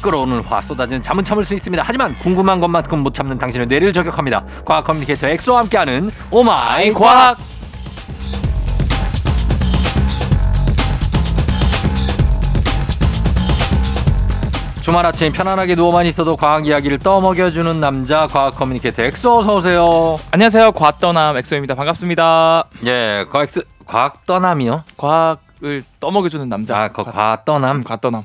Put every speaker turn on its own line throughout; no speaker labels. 끓어오는 화 쏟아지는 잠은 참을 수 있습니다. 하지만 궁금한 것만큼 못 참는 당신의 뇌를 저격합니다. 과학 커뮤니케이터 엑소와 함께하는 오마이 과학. 주말 아침 편안하게 누워만 있어도 과학 이야기를 떠먹여주는 남자 과학 커뮤니케이터 엑소 어서 오세요.
안녕하세요. 과학 떠남 엑소입니다. 반갑습니다.
예, 과학 과학 떠남이요.
과학을 떠먹여주는 남자.
아, 그 과학 떠남
과 떠남.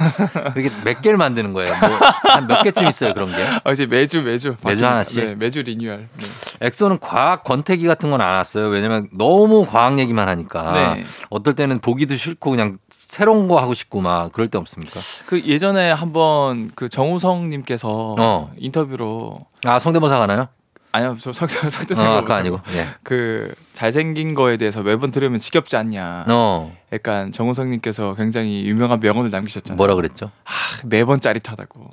이렇게 몇 개를 만드는 거예요. 뭐 한 몇 개쯤 있어요 그런 게.
아, 이제 매주 매주 바뀝니다.
하나씩?
네, 매주 리뉴얼. 네.
엑소는 과학 권태기 같은 건 안 왔어요. 왜냐면 너무 과학 얘기만 하니까
네.
어떨 때는 보기도 싫고 그냥 새로운 거 하고 싶고 막 그럴 때 없습니까?
그 예전에 한번 그 정우성 님께서
어.
인터뷰로
아 성대모사 가나요?
아니요. 저 상대 상대
어, 그거 아니고. 예.
그 잘생긴 거에 대해서 매번 들으면 지겹지 않냐.
어
약간 정우성 님께서 굉장히 유명한 명언을 남기셨잖아요.
뭐라 그랬죠?
매번 짜릿하다고.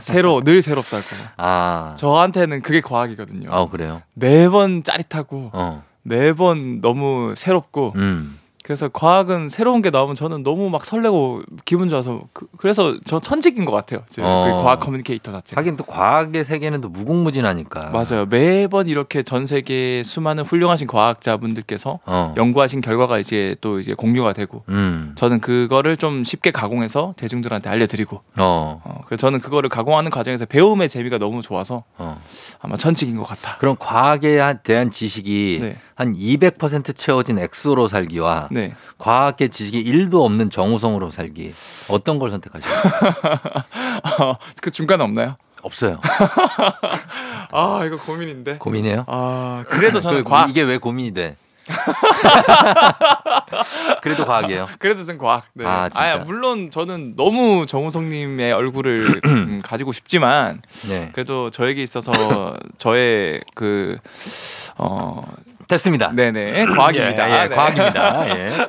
새로 늘 새롭다고.
아,
저한테는 그게 과학이거든요.
아 그래요.
매번 짜릿하고
어,
매번 너무 새롭고
음,
그래서 과학은 새로운 게 나오면 저는 너무 막 설레고 기분 좋아서 그, 래서저 천직인 것 같아요. 제
어.
그 과학 커뮤니케이터 자체.
하긴 또 과학의 세계는 또 무궁무진하니까.
맞아요. 매번 이렇게 전 세계 수많은 훌륭하신 과학자분들께서
어,
연구하신 결과가 이제 또 이제 공유가 되고
음,
저는 그거를 좀 쉽게 가공해서 대중들한테 알려드리고
어,
어, 그래서 저는 그거를 가공하는 과정에서 배움의 재미가 너무 좋아서
어.
아마 천직인 것 같아.
그럼 과학에 대한 지식이
네.
한 200% 채워진 엑소로 살기와
네.
과학계 지식이 1도 없는 정우성으로 살기 어떤 걸 선택하실까요?
그 중간 없나요?
없어요.
아 이거 고민인데.
고민해요?
아 그래도 저는
그,
과학.
이게 왜 고민이 돼? 그래도 과학이에요.
그래도 전 과학. 네.
아,
아,
진짜.
물론 저는 너무 정우성님의 얼굴을 음, 가지고 싶지만
네.
그래도 저에게 있어서 저의 그 어,
됐습니다.
네네 과학입니다.
예, 예,
네.
과학입니다. 예.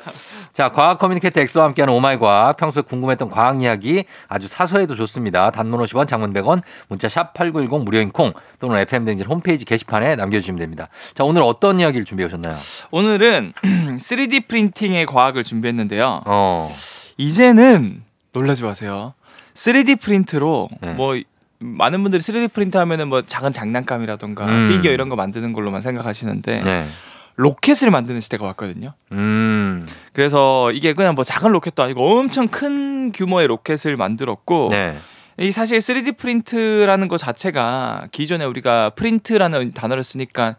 자, 과학 커뮤니케이터 엑소와 함께하는 오마이 과학. 평소에 궁금했던 과학 이야기 아주 사소해도 좋습니다. 단문 50원, 장문 100원, 문자 샵 8910 무료인 콩 또는 FM댕진 홈페이지 게시판에 남겨주시면 됩니다. 자, 오늘 어떤 이야기를 준비해 오셨나요?
오늘은 3D 프린팅의 과학을 준비했는데요.
어,
이제는 놀라지 마세요. 3D 프린트로
네.
뭐 많은 분들이 3D 프린트 하면은 뭐 작은 장난감이라던가
음.
피규어 이런 거 만드는 걸로만 생각하시는데
네.
로켓을 만드는 시대가 왔거든요.
음,
그래서 이게 그냥 뭐 작은 로켓도 아니고 엄청 큰 규모의 로켓을 만들었고
네.
이 사실 3D 프린트라는 것 자체가 기존에 우리가 프린트라는 단어를 쓰니까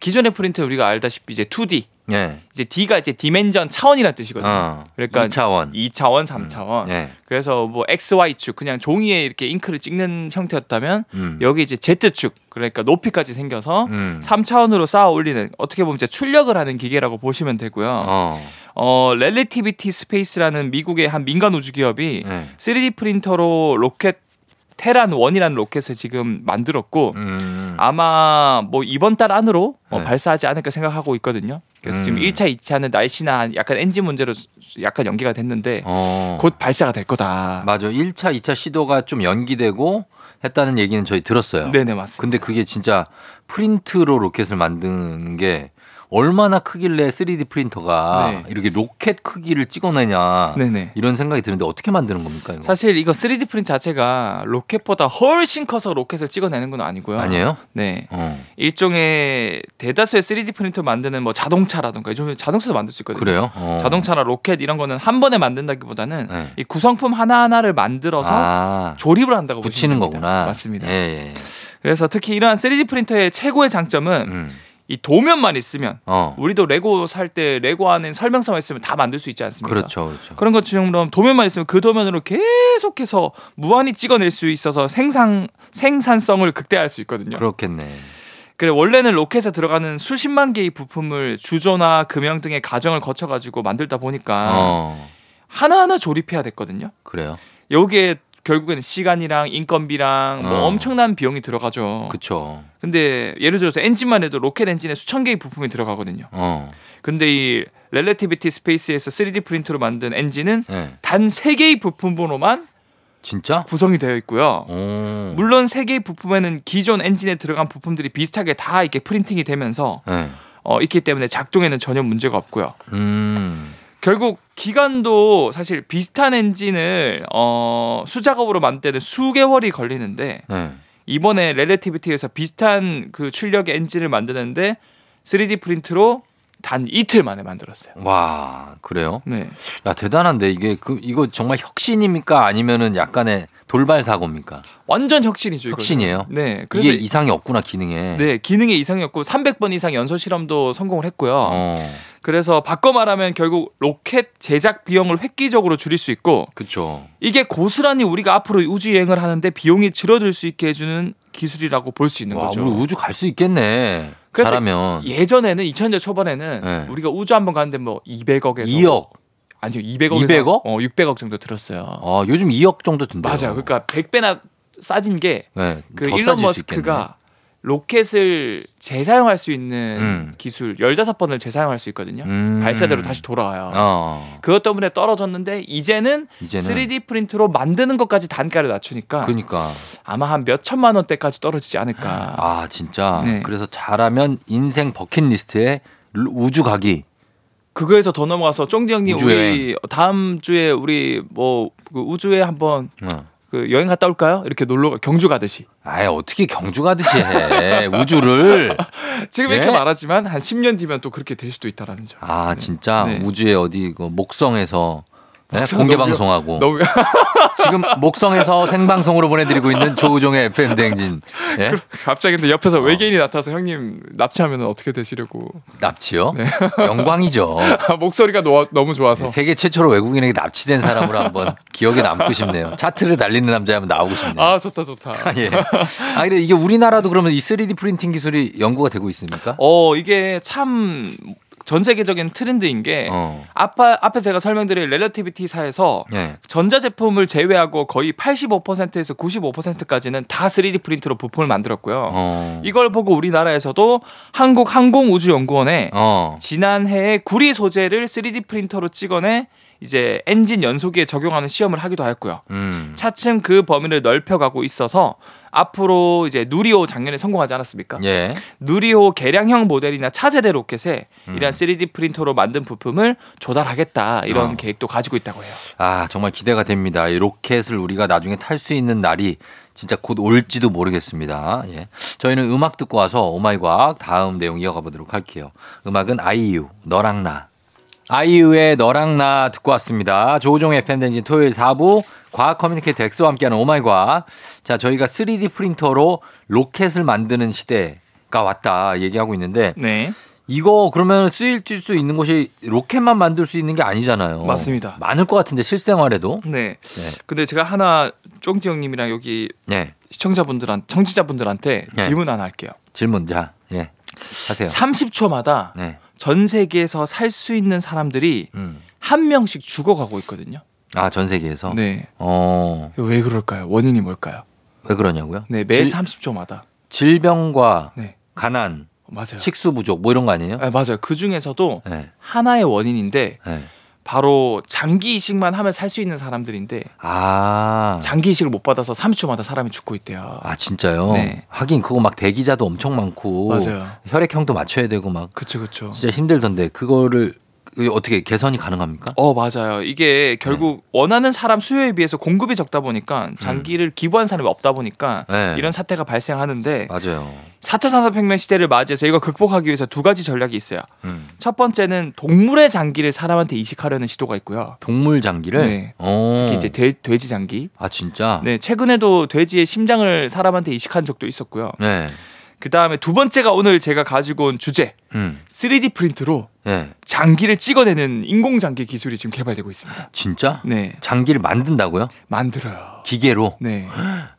기존의 프린트 우리가 알다시피 이제 2D
네.
이제 D가 이제 디멘전 차원이라는 뜻이거든요.
어,
그러니까
2차원.
2차원, 3차원.
네.
그래서 뭐 x y 축 그냥 종이에 이렇게 잉크를 찍는 형태였다면
음.
여기 이제 z 축 그러니까 높이까지 생겨서
음.
3차원으로 쌓아 올리는 어떻게 보면 이제 출력을 하는 기계라고 보시면 되고요.
어.
어, 렐레티비티 스페이스라는 미국의 한 민간 우주 기업이
네.
3D 프린터로 로켓 테란 1이라는 로켓을 지금 만들었고
음.
아마 뭐 이번 달 안으로 어,
네.
발사하지 않을까 생각하고 있거든요. 그래서
음.
지금 1차, 2차는 날씨나 약간 엔진 문제로 약간 연기가 됐는데
어.
곧 발사가 될 거다.
맞아. 1차, 2차 시도가 좀 연기되고 했다는 얘기는 저희 들었어요.
네네 맞습니다.
근데 그게 진짜 프린트로 로켓을 만드는 게 얼마나 크길래 3D 프린터가
네.
이렇게 로켓 크기를 찍어내냐
네네.
이런 생각이 드는데 어떻게 만드는 겁니까? 이거?
사실 이거 3D 프린트 자체가 로켓보다 훨씬 커서 로켓을 찍어내는 건 아니고요.
아니에요?
네.
어.
일종의 대다수의 3D 프린터 만드는 뭐 자동차라든가 요즘에 자동차도 만들 수 있거든요.
그래요? 어.
자동차나 로켓 이런 거는 한 번에 만든다기보다는
네.
이 구성품 하나하나를 만들어서
아,
조립을 한다고
붙이는
보시면 됩니다.
거구나.
맞습니다.
예, 예.
그래서 특히 이러한 3D 프린터의 최고의 장점은
음.
이 도면만 있으면
어.
우리도 레고 살 때 레고 하는 설명서만 있으면 다 만들 수 있지 않습니까?
그렇죠, 그렇죠.
그런 것처럼 도면만 있으면 그 도면으로 계속해서 무한히 찍어낼 수 있어서 생산 생산성을 극대화할 수 있거든요.
그렇겠네.
그래 원래는 로켓에 들어가는 수십만 개의 부품을 주조나 금형 등의 과정을 거쳐 가지고 만들다 보니까
어.
하나하나 조립해야 됐거든요.
그래요?
여기에 결국에는 시간이랑 인건비랑 뭐
어.
엄청난 비용이 들어가죠.
그쵸.
근데 예를 들어서 엔진만 해도 로켓 엔진에 수천 개의 부품이 들어가거든요.
어.
근데 이 렐레티비티 스페이스에서 3D 프린트로 만든 엔진은
예.
단 세개의 부품으로만
진짜?
구성이 되어 있고요.
오.
물론 세개의 부품에는 기존 엔진에 들어간 부품들이 비슷하게 다 이렇게 프린팅이 되면서
예.
어, 있기 때문에 작동에는 전혀 문제가 없고요.
음.
결국 기간도 사실 비슷한 엔진을 어, 수작업으로 만들 때는 수개월이 걸리는데
네.
이번에 렐레티비티에서 비슷한 그 출력의 엔진을 만드는데 3D 프린트로 단 이틀 만에 만들었어요.
와 그래요?
네.
야 대단한데 이게 그 이거 정말 혁신입니까 아니면은 약간의 돌발 사고입니까?
완전 혁신이죠. 이거는.
혁신이에요.
네. 그래서
이게 이상이 없구나 기능에.
네, 기능에 이상이었고 300번 이상 연소 실험도 성공을 했고요.
어,
아, 그래서 바꿔 말하면 결국 로켓 제작 비용을 획기적으로 줄일 수 있고
그렇죠.
이게 고스란히 우리가 앞으로 우주 여행을 하는데 비용이 줄어들 수 있게 해주는 기술이라고 볼 수 있는
와, 우리
거죠.
우주 갈 수 있겠네.
그래서
잘하면
예전에는 2000년 초반에는
네.
우리가 우주 한번 가는데 뭐 200억에서
2억.
아니요 200억에서
200억?
어 600억 정도 들었어요.
어, 요즘 2억 정도 든대요.
맞아요. 그러니까 100배나 싸진 게 그
네, 더 싸질
일론
수 있겠네.
머스크가 로켓을 재사용할 수 있는
음.
기술 15번을 재사용할 수 있거든요.
음.
발사대로 다시 돌아와요.
어,
그것 때문에 떨어졌는데 이제는
이제는
3D 프린트로 만드는 것까지 단가를 낮추니까
그러니까
아마 한 몇 천만 원대까지 떨어지지 않을까.
아 진짜
네.
그래서 잘하면 인생 버킷리스트에 루- 우주 가기
그거에서 더 넘어가서 쫑디 형님
우주여행.
우리 어, 다음 주에 우리 뭐그 우주에 한번
어.
그 여행 갔다 올까요? 이렇게 놀러 가- 경주 가듯이.
아예 어떻게 경주 가듯이 해 우주를
지금
예?
이렇게 말하지만 한 10년 뒤면 또 그렇게 될 수도 있다라는 점.
아 진짜
네.
우주에 어디 그 목성에서 네?
목성
공개
너무-
방송하고
너무
지금 목성에서 생방송으로 보내드리고 있는 조우종의 FM 댕진 예?
그 갑자기 근데
아.
옆에서 외계인이 나타나서 형님 납치하면 어떻게 되시려고 아,
납치요
네.
영광이죠
목소리가 노- 너무 좋아서
세계 최초로 외국인에게 납치된 사람으로 한번 기억에 남고 싶네요 차트를 달리는 남자 하면 나오고 싶네요
아 좋다 좋다
예. 아, 근데 이게 우리나라도 그러면 이 3D 프린팅 기술이 연구가 되고 있습니까?
어 이게 참 전 세계적인 트렌드인 게
어.
앞에 앞에 제가 설명드린 렐러티비티사에서
예.
전자 제품을 제외하고 거의 85%에서 95%까지는 다 3D 프린트로 부품을 만들었고요.
어.
이걸 보고 우리나라에서도 한국 항공우주연구원에
어.
지난해에 구리 소재를 3D 프린터로 찍어내 이제 엔진 연소기에 적용하는 시험을 하기도 하였고요.
음.
차츰 그 범위를 넓혀가고 있어서 앞으로 이제 누리호 작년에 성공하지 않았습니까?
예.
누리호 개량형 모델이나 차세대 로켓에
음.
이러한 3D 프린터로 만든 부품을 조달하겠다 이런
어.
계획도 가지고 있다고 해요.
아, 정말 기대가 됩니다. 이 로켓을 우리가 나중에 탈 수 있는 날이 진짜 곧 올지도 모르겠습니다. 예. 저희는 음악 듣고 와서 오마이 과학 다음 내용 이어가 보도록 할게요. 음악은 아이유, 너랑 나. 아이유의 너랑 나 듣고 왔습니다. 조종의 팬데진 토요일 4부 과학 커뮤니케이터 엑스와 함께하는 오마이 과학. 자, 저희가 3D 프린터로 로켓을 만드는 시대가 왔다 얘기하고 있는데
네.
이거 그러면 쓰일 수 있는 것이 로켓만 만들 수 있는 게 아니잖아요.
맞습니다.
많을 것 같은데 실생활에도.
네. 근데 제가 하나 쫑디 형님이랑 여기
네.
시청자분들한 청취자분들한테
네.
질문 하나 할게요.
질문 자. 예. 하세요.
30초마다
네.
전 세계에서 살 수 있는 사람들이
음.
한 명씩 죽어가고 있거든요.
아, 전 세계에서.
네.
어.
왜 그럴까요? 원인이 뭘까요?
왜 그러냐고요?
네, 매
질-
30초마다.
질병과
네.
가난,
맞아요.
식수 부족 뭐 이런 거 아니에요?
아, 맞아요. 그 중에서도
네.
하나의 원인인데
네.
바로 장기 이식만 하면 살 수 있는 사람들인데
어. 아.
장기 이식을 못 받아서 30초마다 사람이 죽고 있대요.
아, 진짜요?
네.
하긴 그거 막 대기자도 엄청 많고
맞아요.
혈액형도 맞춰야 되고 막
그쵸 그쵸.
진짜 힘들던데 그거를 어떻게 개선이 가능합니까?
어 맞아요.
네.
이게 결국 원하는 사람 수요에 비해서 공급이 적다 보니까 장기를 기부한 사람이 없다 보니까
음. 네.
어, 이런 사태가 발생하는데
맞아요.
4차 산업혁명 시대를 맞이해서 이걸 극복하기 위해서 두 가지 전략이 있어요.
음.
첫 번째는 동물의 장기를 사람한테 이식하려는 시도가 있고요.
동물 장기를
네.
어.
특히 이제 돼, 돼지 장기.
아 진짜
네 최근에도 돼지의 심장을 사람한테 이식한 적도 있었고요.
네.
그 다음에 두 번째가 오늘 제가 가지고 온 주제 3D 프린트로
음. 네.
장기를 찍어내는 인공장기 기술이 지금 개발되고 있습니다.
진짜
네
장기를 만든다고요
만들어요.
기계로
네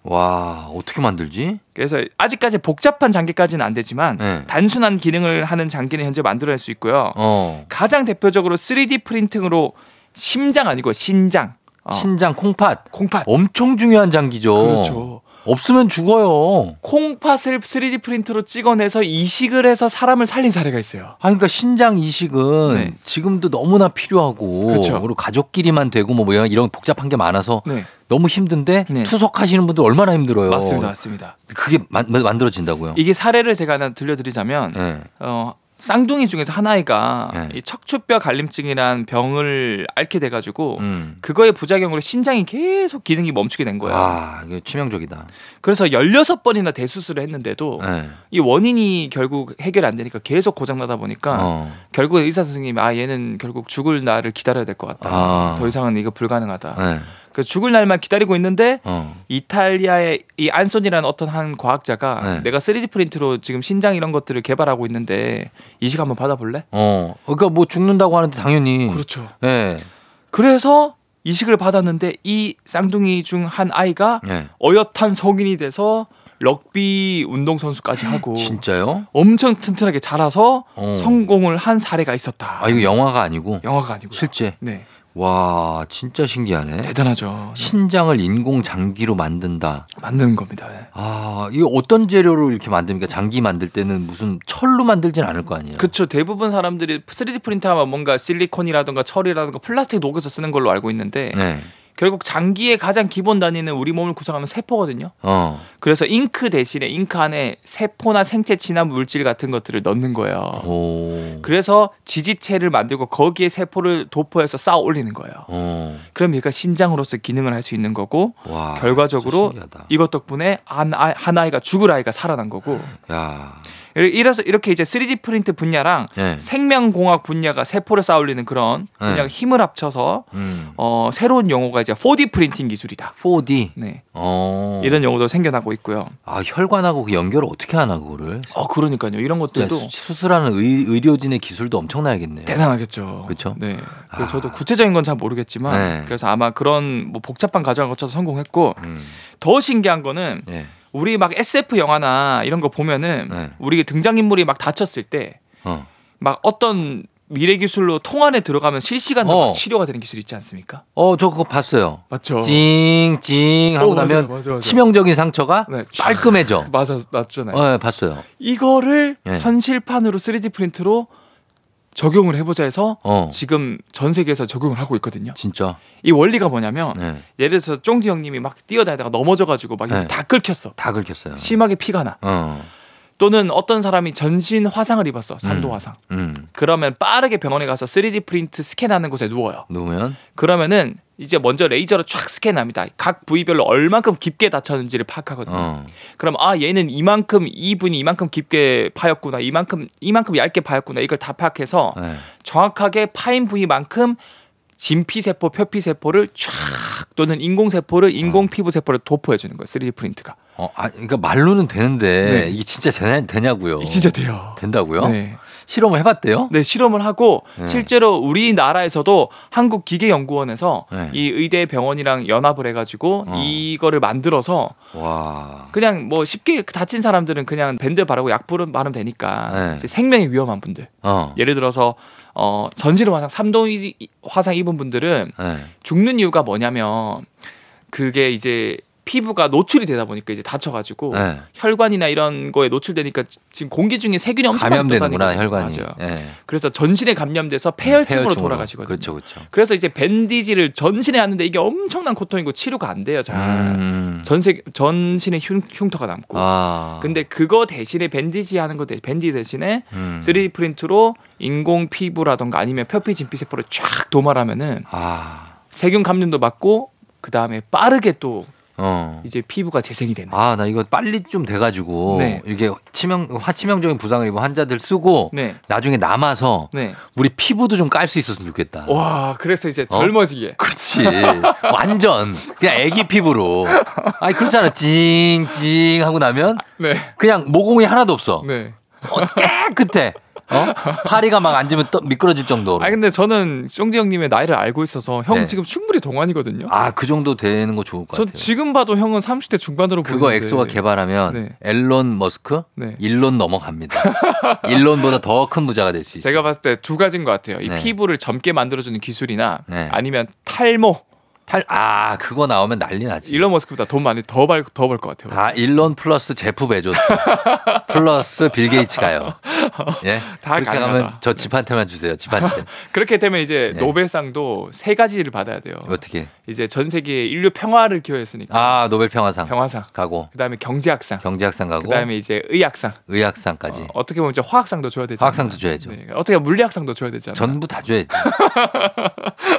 와 어떻게 만들지
그래서 아직까지 복잡한 장기까지는 안 되지만
네.
단순한 기능을 하는 장기는 현재 만들어낼 수 있고요.
어
가장 대표적으로 3D 프린팅으로 심장 아니고 신장, 어,
신장 콩팥
콩팥
엄청 중요한 장기죠
그렇죠.
없으면 죽어요
콩팥을 3D 프린트로 찍어내서 이식을 해서 사람을 살린 사례가 있어요.
아 그러니까 신장 이식은
네.
지금도 너무나 필요하고
그렇죠.
리고 가족끼리만 되고 뭐 이런- 이런 복잡한 게 많아서
네
너무 힘든데
네.
투석하시는 분들 얼마나 힘들어요
맞습니다, 맞습니다.
그게 만- 만들어진다고요
이게 사례를 제가 하나 들려드리자면
네.
어, 쌍둥이 중에서 하나이가
네.
이 척추뼈 갈림증이란 병을 앓게 돼가지고
음.
그거의 부작용으로 신장이 계속 기능이 멈추게 된 거예요.
와, 이거 치명적이다.
그래서 16번이나 대수술을 했는데도
네.
이 원인이 결국 해결 안 되니까 계속 고장나다 보니까
어.
결국에 의사 선생님이 아 얘는 결국 죽을 날을 기다려야 될 것 같다.
아.
더 이상은 이거 불가능하다.
네.
그 죽을 날만 기다리고 있는데
어.
이탈리아의 이 안소니라는 어떤 한 과학자가
네.
내가 3D 프린트로 지금 신장 이런 것들을 개발하고 있는데 이식 한번 받아볼래?
어. 그러니까 뭐 죽는다고 하는데 당연히.
그렇죠.
예.
그래서 이식을 받았는데 이 쌍둥이 중 한 아이가
예.
어엿한 성인이 돼서 럭비 운동 선수까지 하고
진짜요?
엄청 튼튼하게 자라서
어.
성공을 한 사례가 있었다.
아, 이거 영화가 아니고
영화가 아니고요.
실제.
네,
와, 진짜 신기하네.
대단하죠.
신장을 인공 장기로 만든다.
만드는 겁니다. 네.
아, 이거 어떤 재료로 이렇게 만듭니까? 장기 만들 때는 무슨 철로 만들진 않을 거 아니에요?
그쵸 대부분 사람들이 3D 프린트하면 뭔가 실리콘이라든가 철이라든가 플라스틱 녹여서 쓰는 걸로 알고 있는데
네.
결국 장기의 가장 기본 단위는 우리 몸을 구성하는 세포거든요.
어.
그래서 잉크 대신에 잉크 안에 세포나 생체 진화 물질 같은 것들을 넣는 거예요.
오.
그래서 지지체를 만들고 거기에 세포를 도포해서 쌓아 올리는 거예요.
어.
그럼 얘가 신장으로서 기능을 할 수 있는 거고
와.
결과적으로
진짜 신기하다.
이것 덕분에 한, 아이, 한 아이가 죽을 아이가 살아난 거고
야.
이래서 이렇게 이제 3D 프린트 분야랑
네.
생명공학 분야가 세포를 쌓아 올리는 그런 분야가
네.
힘을 합쳐서
음.
어, 새로운 용어가 이제 4D 프린팅 기술이다.
4D.
네.
어.
이런 용어도 생겨나고 있고요.
아, 혈관하고 그 연결을 어떻게 하나 그거를?
어, 그러니까요. 이런
진짜
것들도
수- 수술하는 의, 의료진의 기술도 엄청나야겠네요.
대단하겠죠.
그쵸?
네. 그래서
아.
저도 구체적인 건 잘 모르겠지만
네.
그래서 아마 그런 뭐 복잡한 과정을 거쳐서 성공했고
음.
더 신기한 거는
예.
우리 막 SF 영화나 이런 거 보면은
네.
우리 등장인물이 막 다쳤을 때 막
어.
어떤 미래 기술로 통 안에 들어가면 실시간으로 막
어.
치료가 되는 기술 있지 않습니까?
어, 저 그거 봤어요.
맞죠.
찡찡 하고
어, 맞아요,
나면
맞아요, 맞아요.
치명적인 상처가
네.
깔끔해져.
맞아 맞잖아요.
어, 예, 봤어요.
이거를
네.
현실판으로 3D 프린트로 적용을 해보자 해서
어.
지금 전 세계에서 적용을 하고 있거든요.
진짜.
이 원리가 뭐냐면
네.
예를 들어서 쫑디 형님이 막 뛰어다니다가 넘어져가지고 막
네.
다 긁혔어.
다 긁혔어요.
심하게 피가 나.
어.
또는 어떤 사람이 전신 화상을 입었어.
음.
산도 화상.
음.
그러면 빠르게 병원에 가서 3D 프린트 스캔하는 곳에 누워요.
누우면
그러면은 이제 먼저 레이저로 촥 스캔합니다. 각 부위별로 얼만큼 깊게 다쳤는지를 파악하거든요.
어.
그럼 아 얘는 이만큼 이분이 이만큼 깊게 파였구나. 이만큼 이만큼 얇게 파였구나. 이걸 다 파악해서
네.
정확하게 파인 부위만큼 진피세포, 표피세포를 쫙 또는
아.
인공세포를 인공피부세포를 도포해주는 거예요. 3D 프린트가.
어, 아, 그러니까 말로는 되는데
네.
이게 진짜 되냐, 되냐고요.
이 진짜 돼요.
된다고요?
네.
실험을 해봤대요?
네, 실험을 하고
네.
실제로 우리나라에서도 한국기계연구원에서
네.
이 의대 병원이랑 연합을 해가지고
어.
이거를 만들어서
와.
그냥 뭐 쉽게 다친 사람들은 그냥 밴드 바르고 약 부르- 바르면 되니까
네.
이제 생명이 위험한 분들
어.
예를 들어서 어, 전신 화상 삼동 화상 입은 분들은
네.
죽는 이유가 뭐냐면 그게 이제 피부가 노출이 되다 보니까 이제 다쳐가지고
네.
혈관이나 이런 거에 노출되니까 지- 지금 공기 중에 세균이 엄청
감염되는구나
많다는 거예요.
혈관이.
맞아요.
예.
그래서 전신에 감염돼서 폐혈증으로
폐혈증으로.
돌아가시거든요.
그렇죠, 그렇죠.
래서 이제 밴디지를 전신에 하는데 이게 엄청난 고통이고 치료가 안 돼요. 잘
음.
전세 전신에 흉, 흉터가 아, 남고.
아.
근데 그거 대신에 밴디지 하는 거 대- 밴디 대신에
음.
3D 프린트로 인공 피부라던가 아니면 표피 진피 세포를 쫙 도말하면은
아.
세균 감염도 막고 그 다음에 빠르게 또
어.
이제 피부가 재생이 되는.
아, 나 이거 빨리 좀 돼가지고
네.
이렇게 치명 화치명적인 부상을 입은 환자들 쓰고
네,
나중에 남아서
네.
우리 피부도 좀 깔 수 있었으면 좋겠다.
와, 그래서 이제
어?
젊어지게.
그렇지. 완전 그냥 애기 피부로. 아니 그렇잖아. 찡찡 하고 나면
네,
그냥 모공이 하나도 없어.
네.
어, 깨끗해. 어? 파리가 막 앉으면 떠, 미끄러질 정도로.
아 근데 저는 쫑지 형님의 나이를 알고 있어서 형
어. 네.
지금 충분히 동안이거든요.
아 그 정도 되는 거 좋을 것
저
같아요.
지금 봐도 형은 30대 중반으로
그거
보이는데.
엑소가 개발하면
네.
앨런 머스크
네.
일론 넘어갑니다. 일론보다 더 큰 부자가 될 수 있어요.
제가 봤을 때 두 가지인 것 같아요. 이
네. 피부를
피부를 젊게 만들어주는 기술이나
네.
아니면 탈모
탈아 그거 나오면 난리 나지.
일론 머스크보다 돈 많이 더 벌 더 벌 것 같아요.
아 일론 플러스 제프 베조스 플러스 빌 게이츠가요. 예.
다 네.
그렇게
가능하다.
가면 저 집 한 태만 주세요. 집 한 채.
그렇게 되면 이제
네. 그
노벨상도 세 가지를 받아야 돼요.
어떻게?
이제 전 세계 인류 평화를 기여했으니까
아 노벨 평화상
평화상,
가고
그다음에 경제학상,
경제학상 가고
그다음에 이제 의학상,
의학상까지
어, 떻게 보면 이제 화학상도 줘야 되잖아요.
화학상도 줘야죠.
네. 어떻게 보면 물리학상도 줘야 되잖아요.
전부 다 줘야지.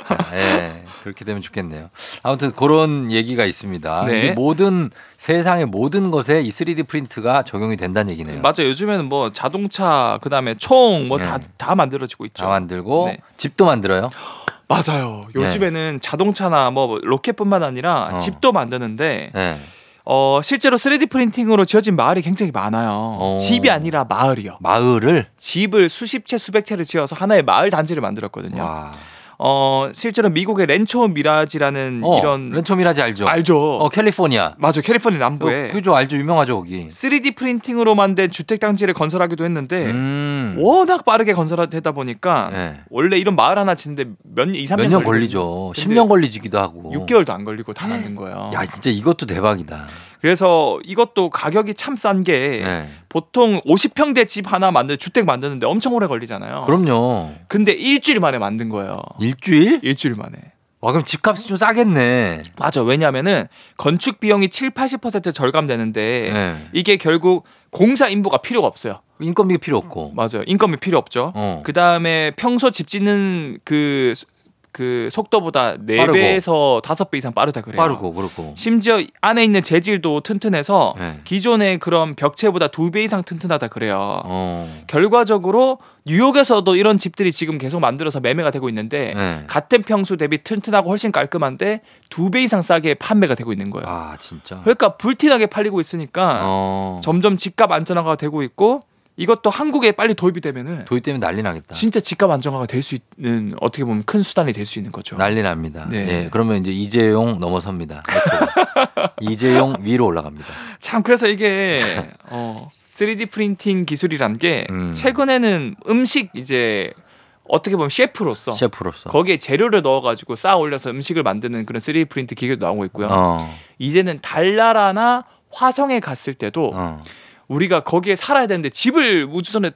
자, 예. 그렇게 되면 좋겠네요. 아무튼 그런 얘기가 있습니다.
네.
이게 모든 세상의 모든 것에 이 3D 프린트가 적용이 된다는 얘기네요.
맞아 요즘에는 뭐 자동차 그다음에 총 뭐 다 다
네.
만들어지고 있죠.
다 만들고
네.
집도 만들어요.
맞아요. 요즘에는 자동차나 뭐 로켓뿐만 아니라
어.
집도 만드는데
예.
어, 실제로 3D 프린팅으로 지어진 마을이 굉장히 많아요.
어.
집이 아니라 마을이요.
마을을
집을 수십 채 수백 채를 지어서 하나의 마을 단지를 만들었거든요.
와.
어, 실제로 미국의 렌초 미라지라는
어,
음, 이런
렌초미라지 알죠?
알죠. 네.
어, 캘리포니아.
맞아 캘리포니아
그-
남부에
그죠 알죠 유명하죠 거기.
3D 프린팅으로 만든 주택 단지를 건설하기도 했는데
음.
워낙 빠르게 건설되다 보니까
네.
원래 이런 마을 하나 짓는데 몇 년, 2, 3년
몇 년 걸리죠.
근데
10년 걸리지기도 하고.
6개월도 어. 안 걸리고 다 만든 거예요.
야 진짜 이것도 대박이다.
그래서 이것도 가격이 참 싼 게
네.
보통 50평대 집 하나 만들 주택 만드는데 엄청 오래 걸리잖아요.
그럼요.
근데 일주일 만에 만든 거예요.
일주일?
일주일 만에.
와 그럼 집값이 좀 싸겠네.
맞아. 왜냐면은 건축 비용이 7, 80% 절감되는데
네.
이게 결국 공사 인부가 필요가 없어요.
인건비 필요 없고.
맞아요. 인건비 필요 없죠.
어.
그 다음에 평소 집 짓는 그, 수- 그 속도보다
빠르고.
4배에서 5배 이상 빠르다 그래요.
빠르고 그렇고.
심지어 안에 있는 재질도 튼튼해서
네.
기존의 그런 벽체보다 2배 이상 튼튼하다 그래요.
어.
결과적으로 뉴욕에서도 이런 집들이 지금 계속 만들어서 매매가 되고 있는데
네.
같은 평수 대비 튼튼하고 훨씬 깔끔한데 두 배 이상 싸게 판매가 되고 있는 거예요.
아 진짜.
그러니까 불티나게 팔리고 있으니까
어.
점점 집값 안전화가 되고 있고 이것도 한국에 빨리 도입이 되면은
도입 때문에 난리 나겠다.
진짜 집값 안정화가 될 수 있는 어떻게 보면 큰 수단이 될 수 있는 거죠.
난리 납니다.
네.
예, 그러면 이제 이재용 넘어섭니다. 액수가. 이재용 위로 올라갑니다.
참 그래서 이게 어, 3D 프린팅 기술이란 게
음.
최근에는 음식 이제 어떻게 보면 셰프로서
셰프로서.
거기에 재료를 넣어가지고 쌓아 올려서 음식을 만드는 그런 3D 프린트 기계도 나오고 있고요.
어.
이제는 달나라나 화성에 갔을 때도
어.
우리가 거기에 살아야 되는데 집을 우주선에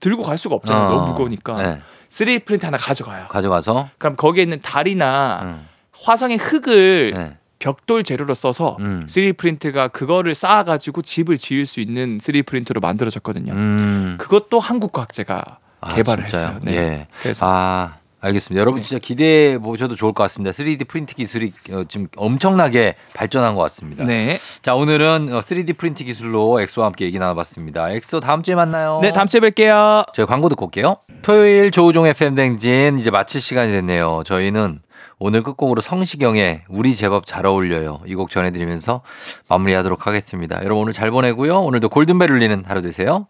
들고 갈 수가 없잖아요.
어.
너무 무거우니까
네.
3D 프린트 하나 가져가요.
가져가서.
그럼 거기에 있는 달이나
음.
화성의 흙을
네.
벽돌 재료로 써서
음.
3D 프린트가 그거를 쌓아가지고 집을 지을 수 있는 3D 프린트로 만들어졌거든요.
음.
그것도 한국 과학자가
아,
개발을
진짜요?
했어요. 네.
예.
그래서
아, 알겠습니다. 여러분
네.
진짜 기대해 보셔도 좋을 것 같습니다. 3D 프린트 기술이 어, 지금 엄청나게 발전한 것 같습니다.
네,
자, 오늘은 어, 3D 프린트 기술로 엑소와 함께 얘기 나눠봤습니다. 엑소 다음 주에 만나요.
네 다음 주에 뵐게요.
저희 광고 듣고 올게요. 토요일 조우종 FM 댕진 이제 마칠 시간이 됐네요. 저희는 오늘 끝곡으로 성시경의 우리 제법 잘 어울려요. 이 곡 전해드리면서 마무리하도록 하겠습니다. 여러분 오늘 잘 보내고요. 오늘도 골든벨 울리는 하루 되세요.